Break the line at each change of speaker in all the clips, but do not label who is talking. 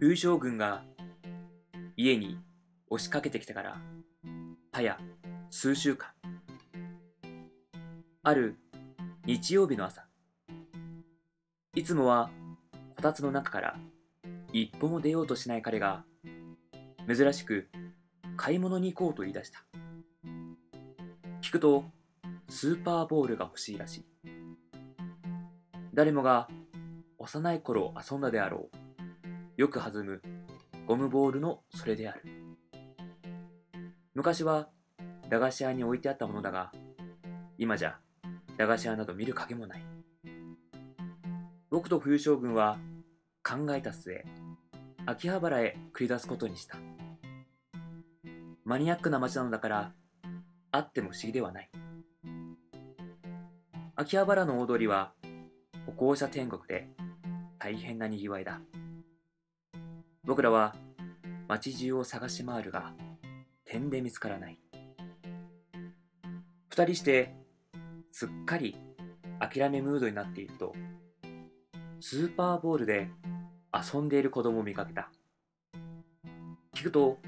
風将軍が家に押しかけてきたからはや数週間ある日曜日の朝いつもはこたつの中から一歩も出ようとしない彼が珍しく買い物に行こうと言い出した聞くとスーパーボールが欲しいらしい誰もが幼い頃遊んだであろうよく弾むゴムボールのそれである昔は駄菓子屋に置いてあったものだが今じゃ駄菓子屋など見る影もない僕と冬将軍は考えた末秋葉原へ繰り出すことにしたマニアックな街なのだからあっても不思議ではない秋葉原の大通りは歩行者天国で大変なにぎわいだ僕らは街中を探し回るが点で見つからない二人してすっかり諦めムードになっているとスーパーボールで遊んでいる子供を見かけた聞くと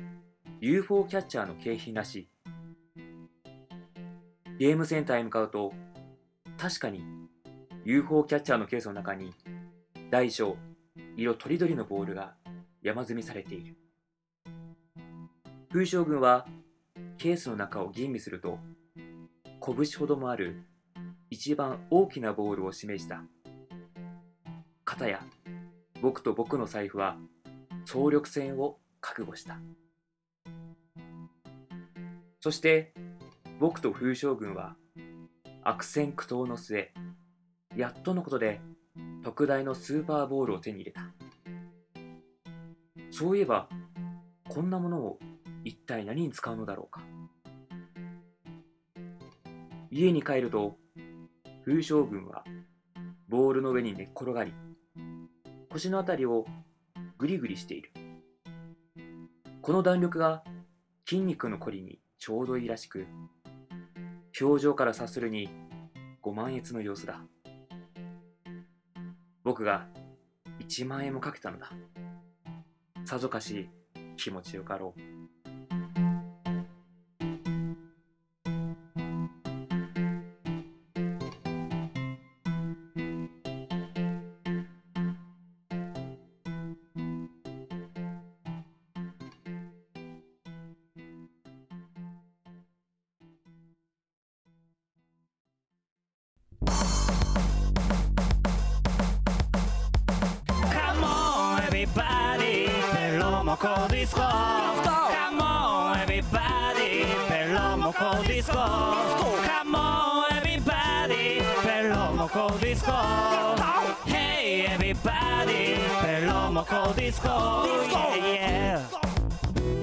UFO キャッチャーの景品らしいゲームセンターへ向かうと確かに UFO キャッチャーのケースの中に大小色とりどりのボールが山積みされている風将軍はケースの中を吟味すると拳ほどもある一番大きなボールを示した片や僕と僕の財布は総力戦を覚悟したそして僕と風将軍は悪戦苦闘の末やっとのことで特大のスーパーボールを手に入れたそういえばこんなものを一体何に使うのだろうか家に帰ると風将軍はボールの上に寝っ転がり腰のあたりをぐりぐりしているこの弾力が筋肉のこりにちょうどいいらしく表情から察するにご満悦の様子だ僕が1万円もかけたのださぞかし気持ちよかろう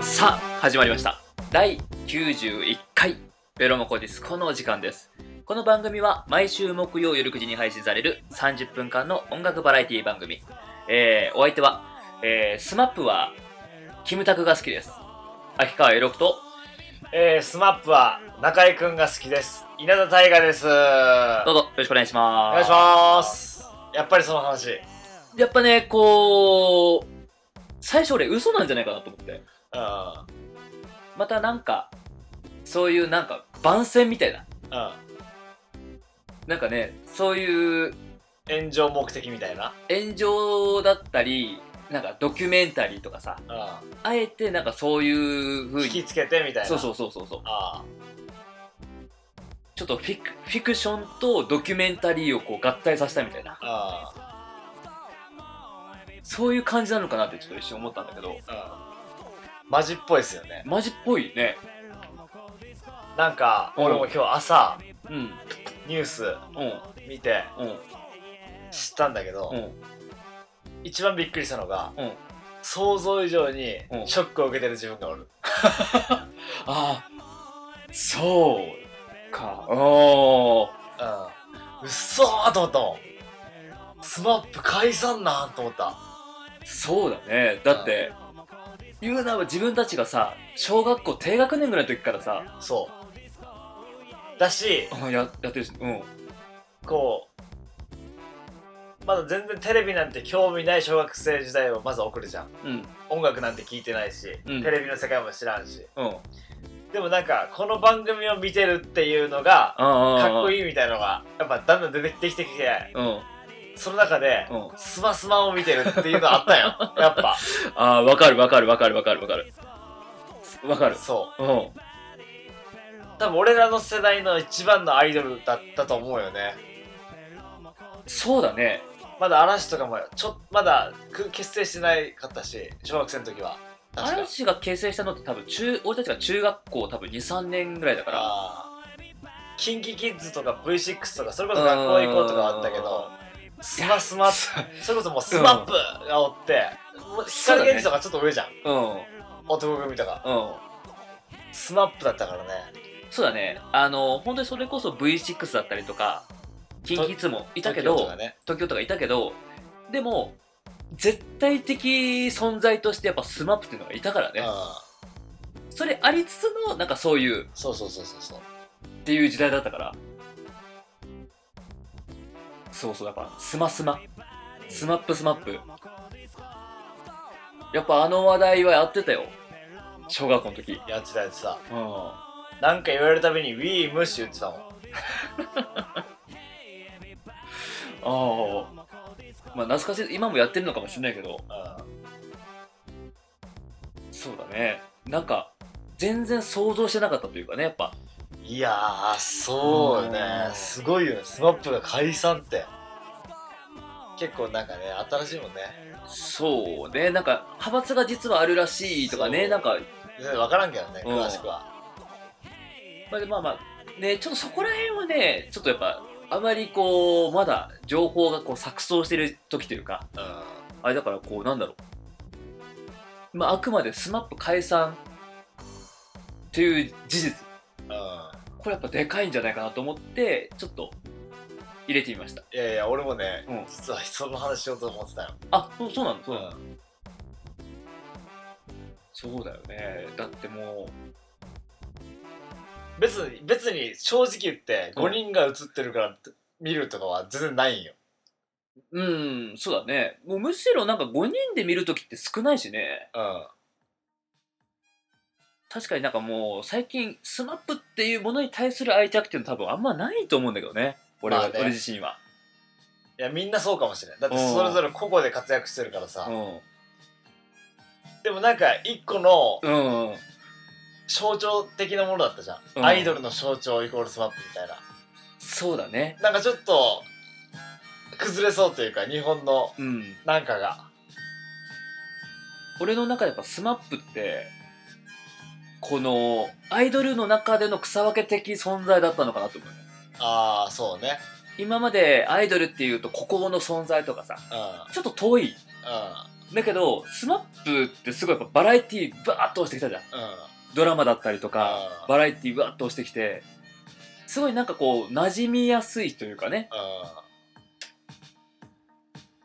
さあ始まりました第91回ベロモコディスコのお時間ですこの番組は毎週木曜夜9時に配信される30分間の音楽バラエティ番組、えー、お相手は、えー、スマップはキムタクが好きです秋川エロクと
えー、スマップは中居君が好きです稲田大我です
どうぞよろしくお願いします
お願いしますやっぱりその話
やっぱねこう最初俺嘘なんじゃないかなと思って
あ
またなんかそういうなんか番宣みたいな
あ
なんかねそういう
うん炎上目的みたいな
炎上だったりなんかドキュメンタリーとかさ
う
あえてなんかそういうん風
引き
に
つけてみたいな
そうそうそうそうそう
あ
ちょっとフィクフィクションとドキュメンタリーをこう合体させたみたいな
ああ
そういう感じなのかなってちょっと一瞬思ったんだけど
あうんマジっぽいですよね
マジっぽいね
なんか
うん
俺も今日朝
うんうん
ニュース見て
うん
知ったんだけど、
うん
一番びっくりしたのが、
うん
想像以上に
うん
ショックを受けてる自分がおる、
ああそうかおー
うんうっそーと思ったもんスマップ解散なんと思った
そうだねだって言うならば自分たちがさ小学校低学年ぐらいの時からさ
そうだし
あややってるしうん
こうまだ全然テレビなんて興味ない小学生時代をまず送るじゃん
うん
音楽なんて聞いてないし、
うん
テレビの世界も知らんし
うん
でもなんかこの番組を見てるっていうのが
あ
かっこ
いい
いいみたいのがやっぱだんだん出てきてきて
うん
その中で
うん
スマスマを見てるっていうのあったよやっぱ
ああわかるわかるわかるわかるわかるわかる
そう
うん
多分俺らの世代の一番のアイドルだったと思うよね
そうだね
まだ嵐とかもちょまだく結成してないかったし小学生の時は確か
嵐が形成したのって多分中俺たちが中学校多分23年ぐらいだから
あーキンキキッズとか V6 とかそれこそ学校行こうとかあったけどスマスマそれこそもうスマップがおって、もう光源氏とかちょっと上じゃん、
うん
男組とか
うん
スマップだったからね
そうだねあの本当にそれこそ V6 だったりとかキンキッズもいたけ
東京
ど
とかね
東京とかいたけどでも絶対的存在としてやっぱスマップっていうのがいたから
う
ね
ん
それありつつのなんかそういう
そうそうそうそうそう
っていう時代だったからそうそうやっぱスマスマスマップスマップやっぱあの話題はやってたよ小学校の時
やってたやつさ
うん
なんか言われるたびに「We ムッシュ」言ってたもん
ああまあ懐かしい今もやってるのかもしれないけど
うん
そうだねなんか全然想像してなかったというかねやっぱ
いやーそうよね
うん
すごいよねスマップが解散って結構なんかね新しいもんね
そうねなんか派閥が実はあるらしいとかね
そう
なんか、
分からんけどね
うん
詳しくは
まあ、でまあまあねちょっとそこら辺はねちょっとやっぱあまりこうまだ情報がこう錯綜してる時というか
うん
あれだからこうなんだろうまああくまで SMAP 解散という事実
うん
これやっぱでかいんじゃないかなと思ってちょっと入れてみました
いやいや俺もね、
うん
実はその話しようと思ってたよ、
あそうそうなのそうなの
ん
そうだよねだってもう
別に別に正直言って
うん
5人が映ってるから見るとかは全然ないんよ、
うん、そうだね。もうむしろなんか5人で見るときって少ないしね。
うん、
確かになんかもう最近スマップっていうものに対する愛着っていうの多分あんまないと思うんだけどね。俺は、
まあね
俺自身は。
いやみんなそうかもしれないだってそれぞれ個々で活躍してるからさ、
う
でもなんか一個の
ん。うん。
象徴的なものだったじゃん、
うん
アイドルの象徴イコールスマップみたいな
そうだね。
なんかちょっと崩れそうというか日本の
うん。
なんかが
俺の中でやっぱスマップって、このアイドルの中での草分け的存在だったのかなと思うね。
ああそうね
今までアイドルっていうと孤高の存在とかさ、
うんうん
ちょっと遠い。だけど、スマップってすごいやっぱバラエティーバーっと押してきたじゃん。
うん
ドラマだったりとか
あー
バラエティーわっと押してきてすごいなんかこう馴染みやすいというかね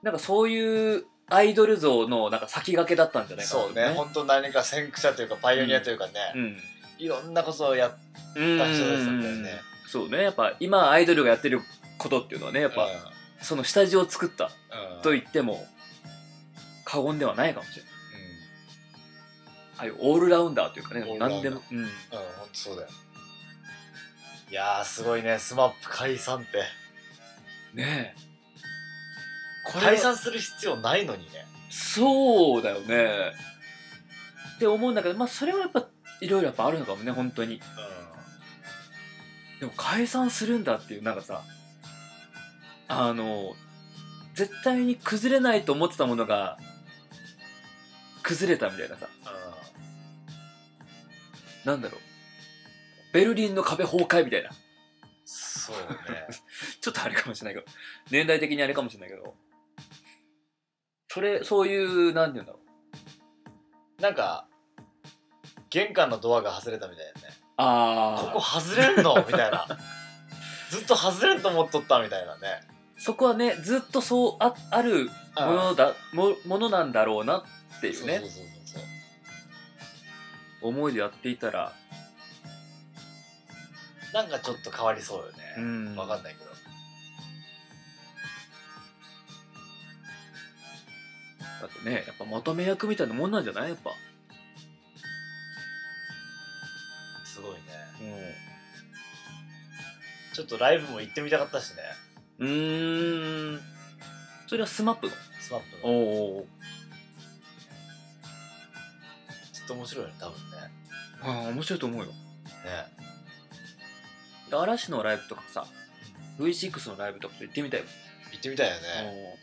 う
なんかそういうアイドル像のなんか先駆けだったんじゃ
ん
ないかな
そうね本当何か先駆者というかパイオニアというかね、
うん
いろんなことをやっ
うん
た人たちだったよね
そうねやっぱ今アイドルがやってることっていうのはねやっぱ、その下地を作った
うんうん
と言っても過言ではないかもしれないああいうオールラウンダーというかね
オールラウンダー
何でも、うん、
うん、うん、ほんとそうだよいやーすごいねスマップ解散って
ねえこれは
解散する必要ないのにね
そうだよね。って思うんだけど、まあそれはやっぱいろいろやっぱあるのかもね、本当に。でも解散するんだっていう、なんかさ、あの、絶対に崩れないと思ってたものが、崩れたみたいなさ、
う
なんだろう。ベルリンの壁崩壊みたいな。
んそうね
ちょっとあれかもしれないけど、年代的にあれかもしれないけど、それ、そういう、なんて言うんだろう。
なんか玄関のドアが外れたみたいだよね
あー
ここ外 れんのみたいなずっと外れんと思っとったみたいなね
そこはね、ずっとそうあある
うん
ものだもものなんだろうなっていうね
そうそうそうそう
思いでやっていたら
なんかちょっと変わりそうよね、
うん
わかんないけど
だってねやっぱまとめ役みたいなもんなんじゃないやっぱ
すごいね
う
ちょっとライブも行ってみたかったしね
んんそれはスマップの
スマップの
おお
ちょっと面白いよね多分ね
ああ面白いと思うよ
ね
嵐のライブとかさ V6 のライブとかと行ってみたいもん
行ってみたいよね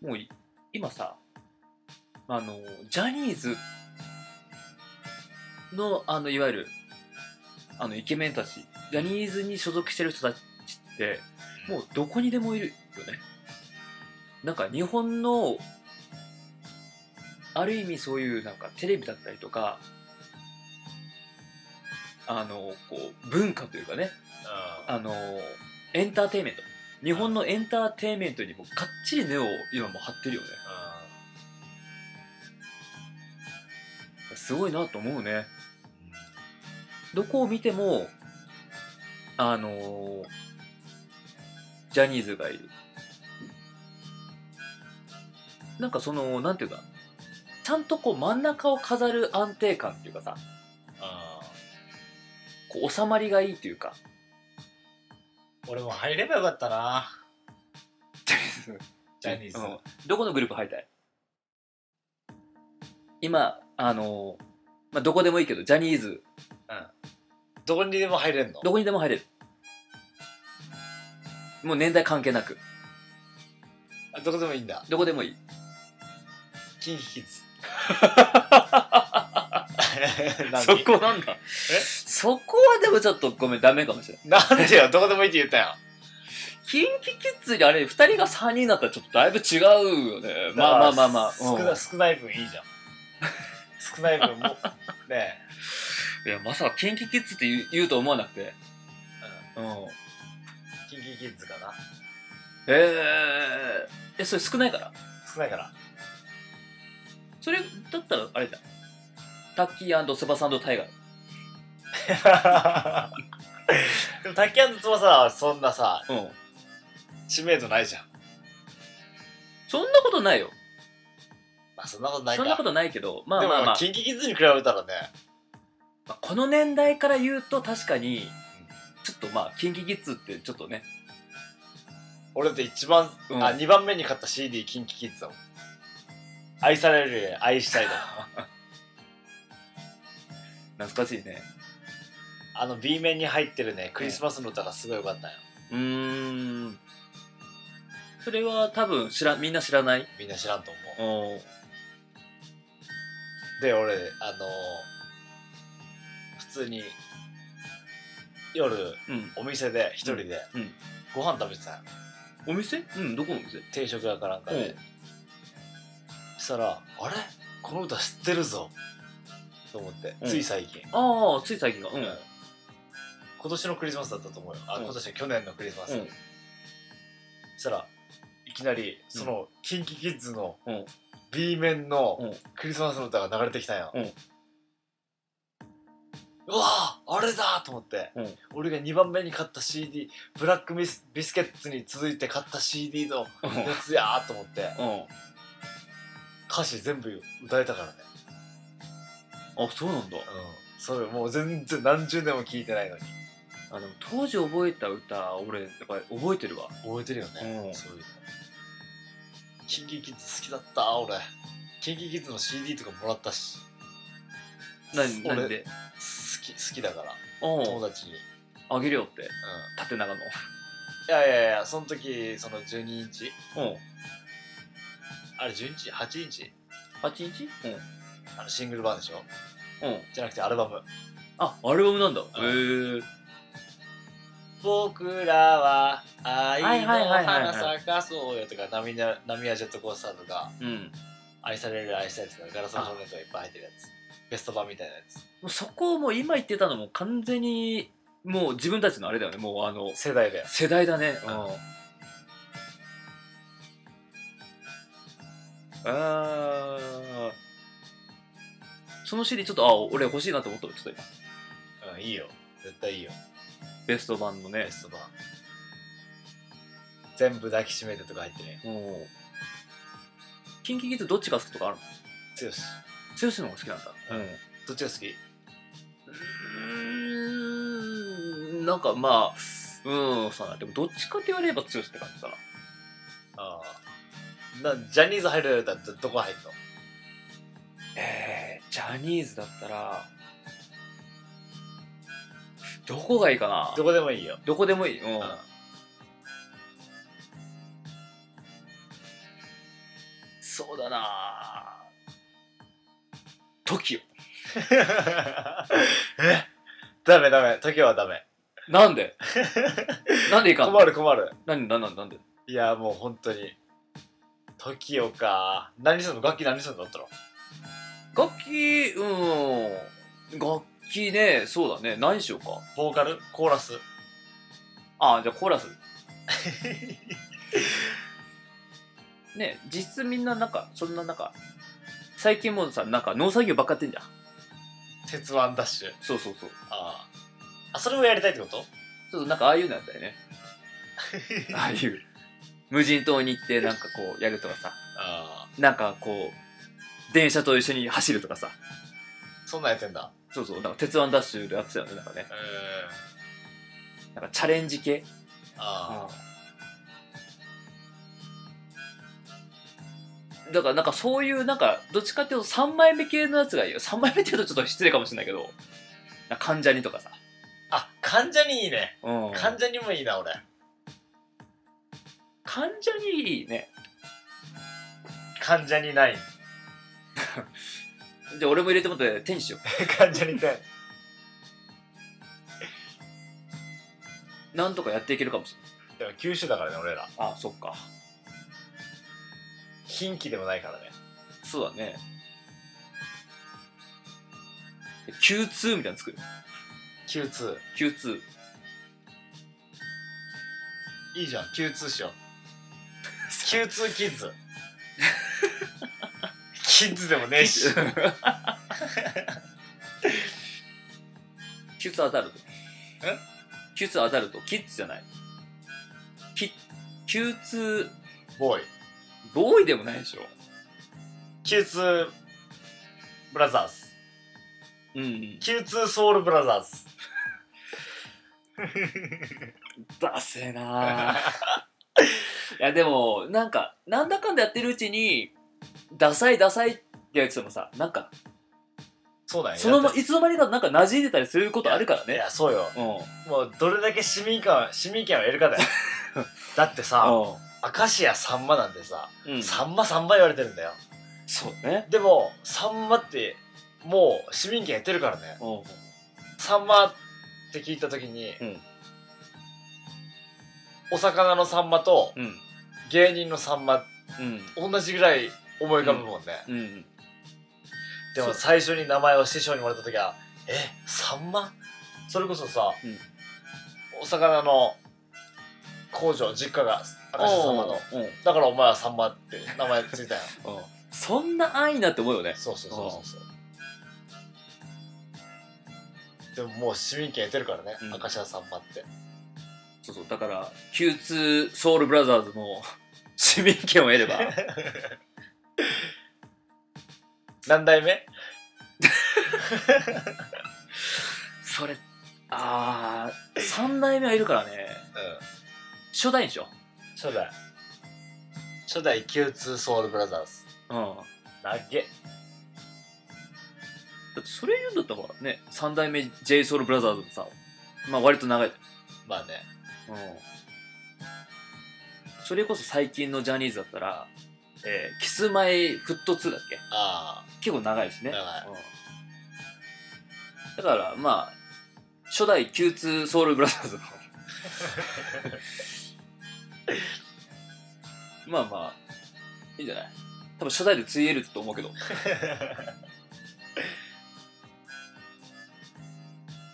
もうい今さあのジャニーズのあのいわゆるあのイケメンたちジャニーズに所属してる人たちってもうどこにでもいるよねなんか日本のある意味そういうなんかテレビだったりとかあのこう文化というかね
うん
あのエンターテインメント日本のエンターテインメントにもかっちり根を今もう張ってるよねすごいなと思うねどこを見てもあのジャニーズがいるなんかそのなんていうかちゃんとこう真ん中を飾る安定感っていうかさ
うん
こう収まりがいいというか
俺も入ればよかっ たなジャニーズ、
うんどこのグループ入りたい今あのまあ、どこでもいいけどジャニーズ
どこにでも入れんの
どこにでも入れるもう年代関係なく
あどこでもいいんだ
どこでもいい
キンキキッズ
そこ なんだそこはでもちょっとごめんダメかもしれない
なんでよどこでもいいって言ったよ
キンキキッズにあれ2人が3人だったらちょっとだいぶ違うよねまあまあまあまあ、
少
うん
な少ない分いいじゃん少ない分もね
いやまさかキンキキッズって言う言うと思わなくてうん
えキンキキッズかな
えー、えそれ少ないから
少ないから
それだったらあれだタッキースバサンドタイガー
でも、滝安の翼はそんなさ、
うん
知名度ないじゃん。
そんなことないよ
まあ、そんなことないか。
そんなことないけどまあ
でも、
まあまあ
キンキキッズに比べたらね、
まあこの年代から言うと確かにちょっとまあ KinKiKids ってちょっとね、
俺だって一番、
うん
あ、二番目に買った CD、キンキキッズだもん。愛されるより愛したいだもん。
懐かしいね
あの B 面に入ってるね、クリスマスの歌がすごい良かったよ。
うーんそれは多分知らみんな知らない
みんな知らんと思
お
う。で、俺、あの普通に、夜、
うん
お店で、一人で
うんうん、
ご飯食べてたよ。
お店うんどこのお店
定食屋かなんかで、そしたら「あれこの歌知ってるぞ」と思って
うん
つい最近、
ああつい最近がうんうん
今年のクリスマスだったと思うよあ、
うん
今年去年のクリスマス、
うん
そしたらいきなりその KinKiKids の
うん
B 面の
うん
クリスマスの歌が流れてきたんよ、
うん
うわーあれだと思って、
うん
俺が2番目に買った CD ブラックミスビスケッツに続いて買った CD のやつやーと思って
うん
歌詞全部歌えたからね
あそうなんだ
うんそれもう全然何十年も聞いてないのに
あでも当時覚えた歌俺やっぱり覚えてるわ
覚えてるよね、
うん
そういうのキンキキッズ好きだった俺キンキキッズの CD とかもらったし
何
俺
何で
好き好きだから友
うん
達に、うん、
あげるよって縦長の
いやいやいやその時その12インチ
うん
あれ12インチ8インチ
8インチ
あのシングル版でしょ
うんうん
じゃなくてアルバム
あアルバムなんだへ
ん
え
僕らは愛
はい
の
はいはいはいは
花
い
咲かそうよとか波な波やジェットコースターとか
うん
愛される愛したいとかガラスの少年とかいっぱい入ってるやつベスト版みたいなやつ
もうそこをもう今言ってたのも完全にもう自分たちのあれだよねもうあの
世代だよ
世代だねうん
うん
あーその CD ちょっとあ俺欲しいなと思ったちょっと今
うん、いいよ。絶対いいよ。
ベスト版のね
ベスト版。全部抱きしめてとか入ってね
もうキンキキッズどっちが好きとかあるの
剛
剛の方が好きなんだ
どっちが好き
うんんなんかまあうんそうだなでもどっちかって言われれば剛って感じだな
ああなジャニーズ入るだったらどこ入るの
えー、ジャニーズだったらどこがいいかな
どこでもいいよ、
どこでもいい、うん
うん
そうだな TOKIO
えダメダメ時はダメ
なん でなんでいかんの
困る困る
なんでなんでなんで
いやもう本当に TOKIO か何するの楽器何するのだったら
楽器うん楽器ねそうだね何しようか
ボーカルコーラス
あじゃあコーラ スね実質みんななんかそんな中最近もうさなんか農作業ばっかやってんじゃん
鉄腕ダッシュ
そうそうそう
あーあそれをやりたいってこと
ちょっとなんかああいうのやったよ ねああいう無人島に行ってなんかこうやるとかさ
あ
なんかこう電車と一緒に走るとかさ
ーそんなんやってんだ
そうそうなんか鉄腕ダッシュでやってたよねなんかね
うー
なんかチャレンジ系
んあ
だからなんかそういうなんかどっちかっていうと3枚目系のやつがいいよ3枚目っていうとちょっと失礼かもしれないけどなんか関ジャニとかさ、
ーあ関ジャニいいね
うん、
関ジャニもいいな俺
関ジャニいいね
関ジャニない
じゃあ俺も入れてもらって天使よ
関ジャニって
うなんとかやっていけるかもしれない
でも九州だからね俺ら
ああそっか
近畿でもないからね
そうだね Q2 みたいなの作る
Q2
Q2
いいじゃん Q2 しよう Q2 キッズ キッズでもねえし
Q2 アダルト
え
Q2 アダルトキッズじゃないキ Q2
ボーイ
ボーイでもないでしょ
Q2 ブラザーズ
うん
Q2 ソウルブラザーズ
ダセえ ないやでもなんかなんだかんだやってるうちにダサいダサいってやつでもさなんか
そうだよね
その
だ
ま
って
いつの間にかなんか馴染んでたりすることあるから
い
ね
やそうよ
うん
もうどれだけ市民権市民権を得る かだよだってさ明石家さんまなんてさ
うん
さんまさんま言われてるんだよ
そうね
でもさんまってもう市民権得てるからね
うん
サンマって聞いた時に、
うん
お魚のサンマと
うん
芸人のサンマ
うん
同じぐらい思い浮かぶもんね、
うん
で
そ
も
う
最初に名前を師匠にもらった時は「えサンマ?」それこそさ、
うん
お魚の工場実家が明石家さんまの
うんうん
だからお前はサンマって名前つ いたよ
そんな安易なって思うよね
そうそうそうそうそうでももう市民権得てるからね、
うん
明石家さんまって
そうそうだから Q2 ソウルブラザーズ も市民権を得れば
何代目
それあー3代目はいるからね
うん
初代にしよ
初代初代 Q2 ソウルブラザーズ
ううん
投げ
だってそれ言うんだったらほらね3代目 j s o u l b r o t h e r もさまあ割と長い、
まあね
うん、それこそ最近のジャニーズだったら、えーキスマイフット2だっけ
あ
結構長いしね、
長い
うんだからまあ初代 Q2 ソウルブラザーズのまあまあいいんじゃない多分初代でついえると思うけど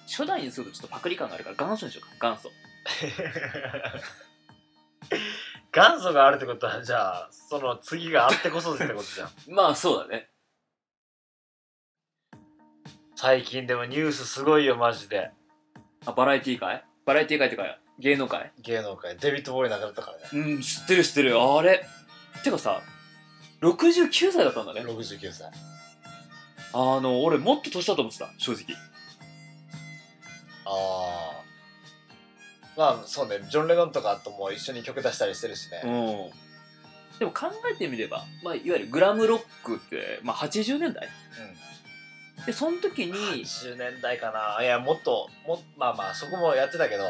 初代にするとちょっとパクリ感があるから元祖にしようか元祖
あ 元祖があるってことはじゃあその次があってこそってことじゃん
まあそうだね
最近でもニュースすごいよマジで
あバラエティー界バラエティー界ってか芸能界
芸能界デビッド・ボーイ流れたからね
うん知ってる知ってるあれてかさ69歳だったんだね
69歳
あの俺もっと年だと思ってた正直
ああまあそうねジョン・レノンとかとも一緒に曲出したりしてるしね、
うんでも考えてみれば、まあ、いわゆるグラムロックって、まあ、80年代でその時
うん、
に
80年代かないやもっともまあまあそこもやってたけど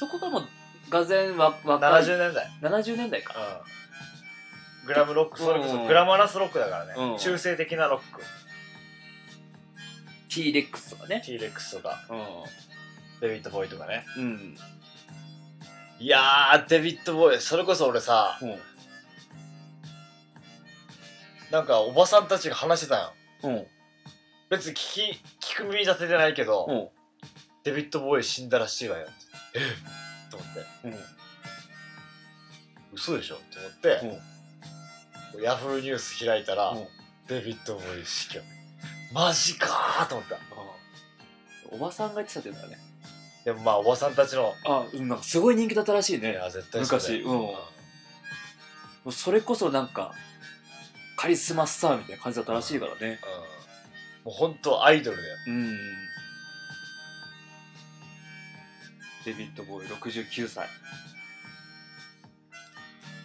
そこがもうがぜんわ若い
70年代、
70年代か
うん、グラムロックそれこそグラマラスロックだからね、
うん
中性的なロック
T レックスとかね
T レックスとか
う
デビッド・ボーイとかね
んうん
いやーデビッド・ボーイそれこそ俺さ
うん
なんかおばさんたちが話してたよ
うん
別に聞き聞く耳立ててないけど、
うん
デビッド・ボーイ死んだらしいわよってえっと思って嘘でしょって思って、ヤフーニュース開いたら、
うん
デビッド・ボーイ死去マジかーと思った
おばさんが言ってたっていうんだよね
でもまあおばさんたちの
あうんなんかすごい人気だったらしい
い
ね
や絶対そうだ
昔
よ
うん
うん
もうそれこそなんかカリスマスターみたいな感じだったらしいからね
もう本当アイドルだよ
うんデビッド・ボーイ69歳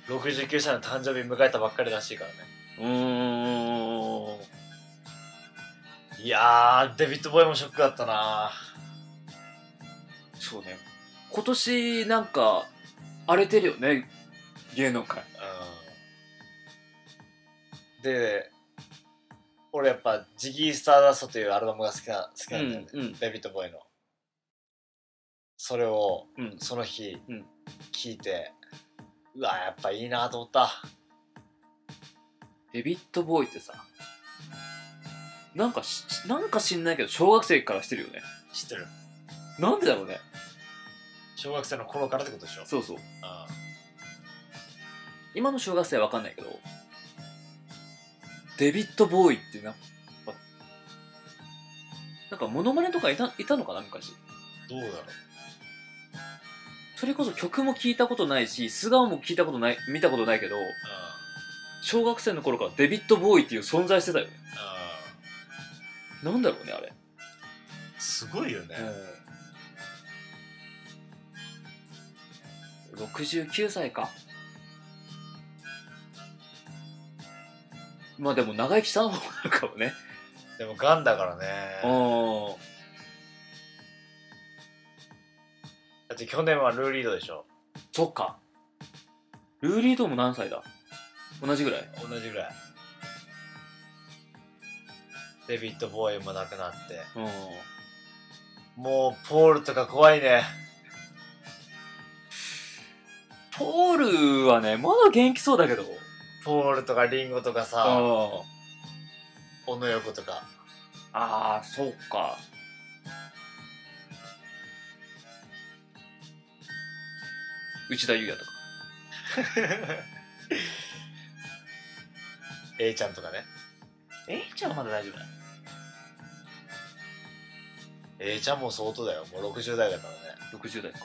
69歳の誕生日迎えたばっかりらしいからね
うーん
いやーデビッド・ボーイもショックだったな
そうね今年なんか荒れてるよね芸能界
うんで俺やっぱ「ジギー・スターダスト」というアルバムが好きな好きなんだよね、
うん
デビッド・ボーイのそれを
うん
その日
うん
聞いて、うわやっぱいいなと思った
デビッド・ボーイってさなんかしなんか知んないけど小学生からしてるよね
知ってる
なんでだろうね
小学生の頃からってことでしょ
そうそう
あ
今の小学生は分かんないけどデビッド・ボーイってなんかなんかモノマネとかいたいたのかな昔
どうだろう
それこそ曲も聞いたことないし素顔も聞いたことない見たことないけど
あ
小学生の頃からデビッド・ボーイっていう存在してたよね
あ
なんだろうねあれ
すごいよね、
うん、69歳かまあでも長生きした方があるかもね
でもガンだからね
うん
だって去年はルーリードでしょ
そっかルーリードも何歳だ同じぐらい
同じぐらいデビッド・ボーイもなくなって
うん
もうポールとか怖いね
ポールはねまだ元気そうだけど
ポールとかリンゴとかさ
あ
小野横とか
あーそっか内田裕也とか
A ちゃんとかね
えいちゃんはまだ大丈夫だ
A ちゃんも相当だよもう60代だからね
60代か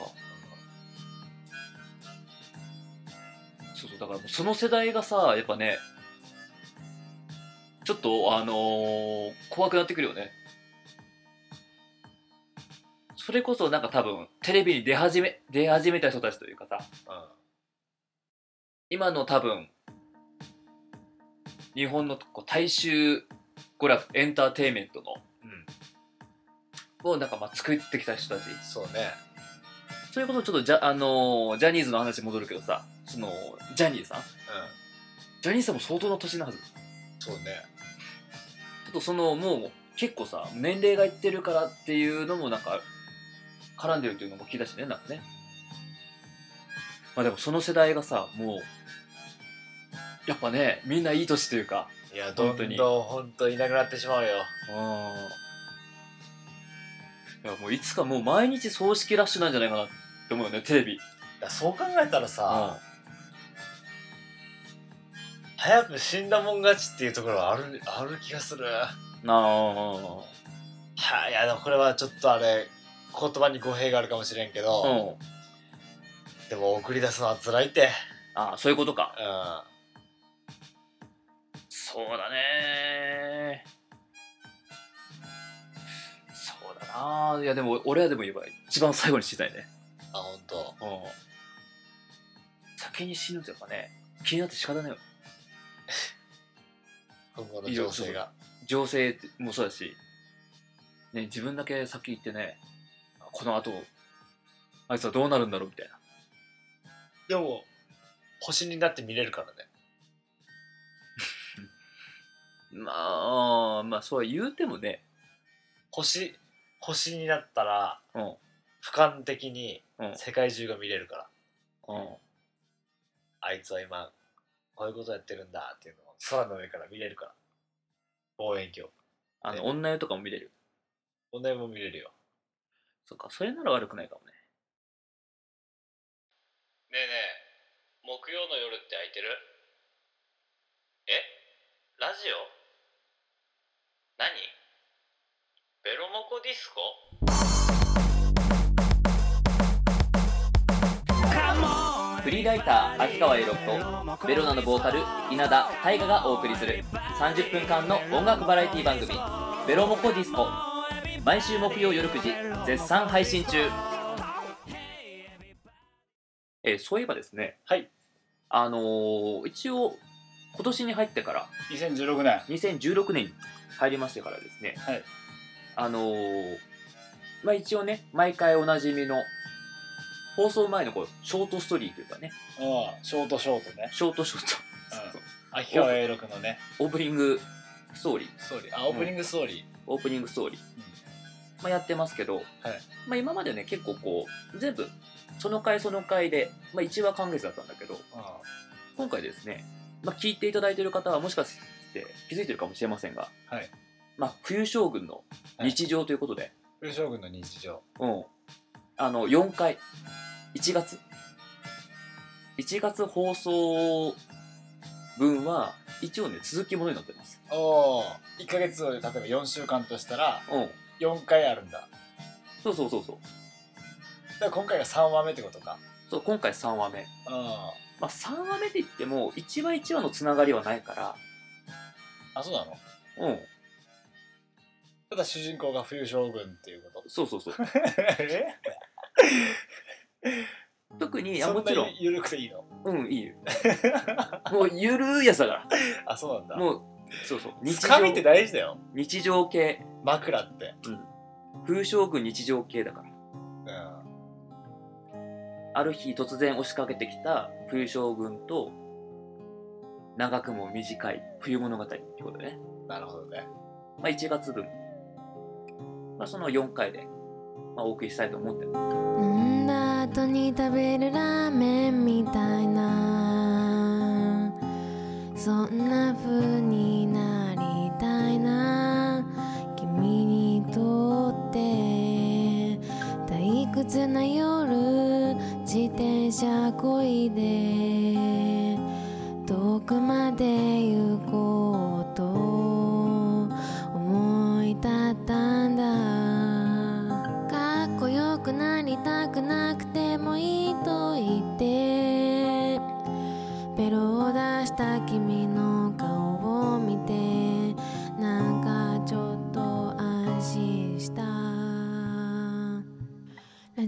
そうそうだからもうその世代がさやっぱねちょっとあのー怖くなってくるよねそれこそなんか多分テレビに出始め出始めた人たちというかさ今の多分日本のこう大衆娯楽エンターテインメントの
うん、うん、
をなんかまあ作ってきた人たち
そうね
それこそちょっとジャ,、あのージャニーズの話に戻るけどさそのジャニーさん
う
ジャニーさんも相当の年なはずちょ
んそうね
っとそのもう結構さ年齢がいってるからっていうのもなんか絡んでるっていうのも聞いたしねなんかねまあでもその世代がさもうやっぱねみんないい年というか
いやど
本
ん
当に
どん本当いなくなってしまうよ
うんいやもういつかもう毎日葬式ラッシュなんじゃないかなって思うよねテレビ
いやそう考えたらさ、早く死んだもん勝ちっていうところはあるある気がする
うんあ
はい、いやでもこれはちょっとあれ言葉に語弊があるかもしれんけど、
あうん
でも送り出すのは辛いって。
ああそういうことか
うん。
そうだねそうだないやでも俺はでも言えば一番最後に死にたいね
あ、ほんと。
うん先に死ぬというかね気になって仕方ないよ
今後の情勢が。
情勢もそうだし、ね、自分だけ先行ってねこの後あいつはどうなるんだろうみたいな
でも、星になって見れるからね。
まあまあそうは言うてもね
星、星になったら、
うん
俯瞰的に
うん
世界中が見れるから。
うん
あいつは今、こういうことやってるんだっていうのを空の上から見れるから。望遠鏡。
あの
ね
女湯とかも見れる
お題も見れるよ。
そっかそれなら悪くないかもね
ねえねえ、木曜の夜って空いてるえラジオ何ベロモコディスコ
フリーライター秋川栄六とベロナのボーカル稲田大我がお送りする30分間の音楽バラエティ番組「ベロモコディスコ」毎週木曜夜9時絶賛配信中えーそういえばですね
はい
あのー一応今年に入ってから
2016年
2016年に入りましてからですね、
はい
あのーまあ一応ね毎回おなじみの放送前のこうショートストーリーというかね
うんショートショートね
ショートショート
うん
そう
秋川栄六のね
オープニングストーリー
ストーリーあオープニングストーリー、
オープニングストーリー、まあ、やってますけど、まあ、今までね結構こう全部その回その回で、まあ、1話完結だったんだけど今回ですね、まあ、聞いていただいている方はもしかして気づいてるかもしれませんが、
はい
まあ、冬将軍の日常ということで、
冬将軍の日常
うん。あの、4回。1月。1月放送分は、一応ね、続きものになってます。
おお1か月を例えば4週間としたら
うん。
4回あるんだだか
そうそうそうそう。
ら今回が3話目ってことか
そう今回3話目。
うん
まあ、3話目で言っても、1話1話のつながりはないか
あそうなの
ら、うん。
ただ主人公が冬将軍っていうこと
そう そうそう。
え
特に、あ
そ
も
んな
ちろん
に、緩くていいの
うん、いいよ。もう、ゆるーいやつだか
あそうなんだ
ら。もう、そうそう。
つかみって大事だよ
日常系。
枕って
うん。風将軍日常系だから。
うん
ある日突然押しかけてきた冬将軍と長くも短い冬物語ってことでね、
なるほどね
まあ、1月分、まあ、その4回で、まあ、お送りしたいと思ってます
飲んだ後に食べるラーメンみたいなそんな風になりたいな君にとって退屈な夜自転車こいで遠くまで行こうと思い立ったんだかっこよくなりたくなくてもいいと言ってベロを出した君の顔を見てなんかちょっと安心したラ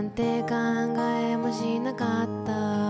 んて考えもしなかった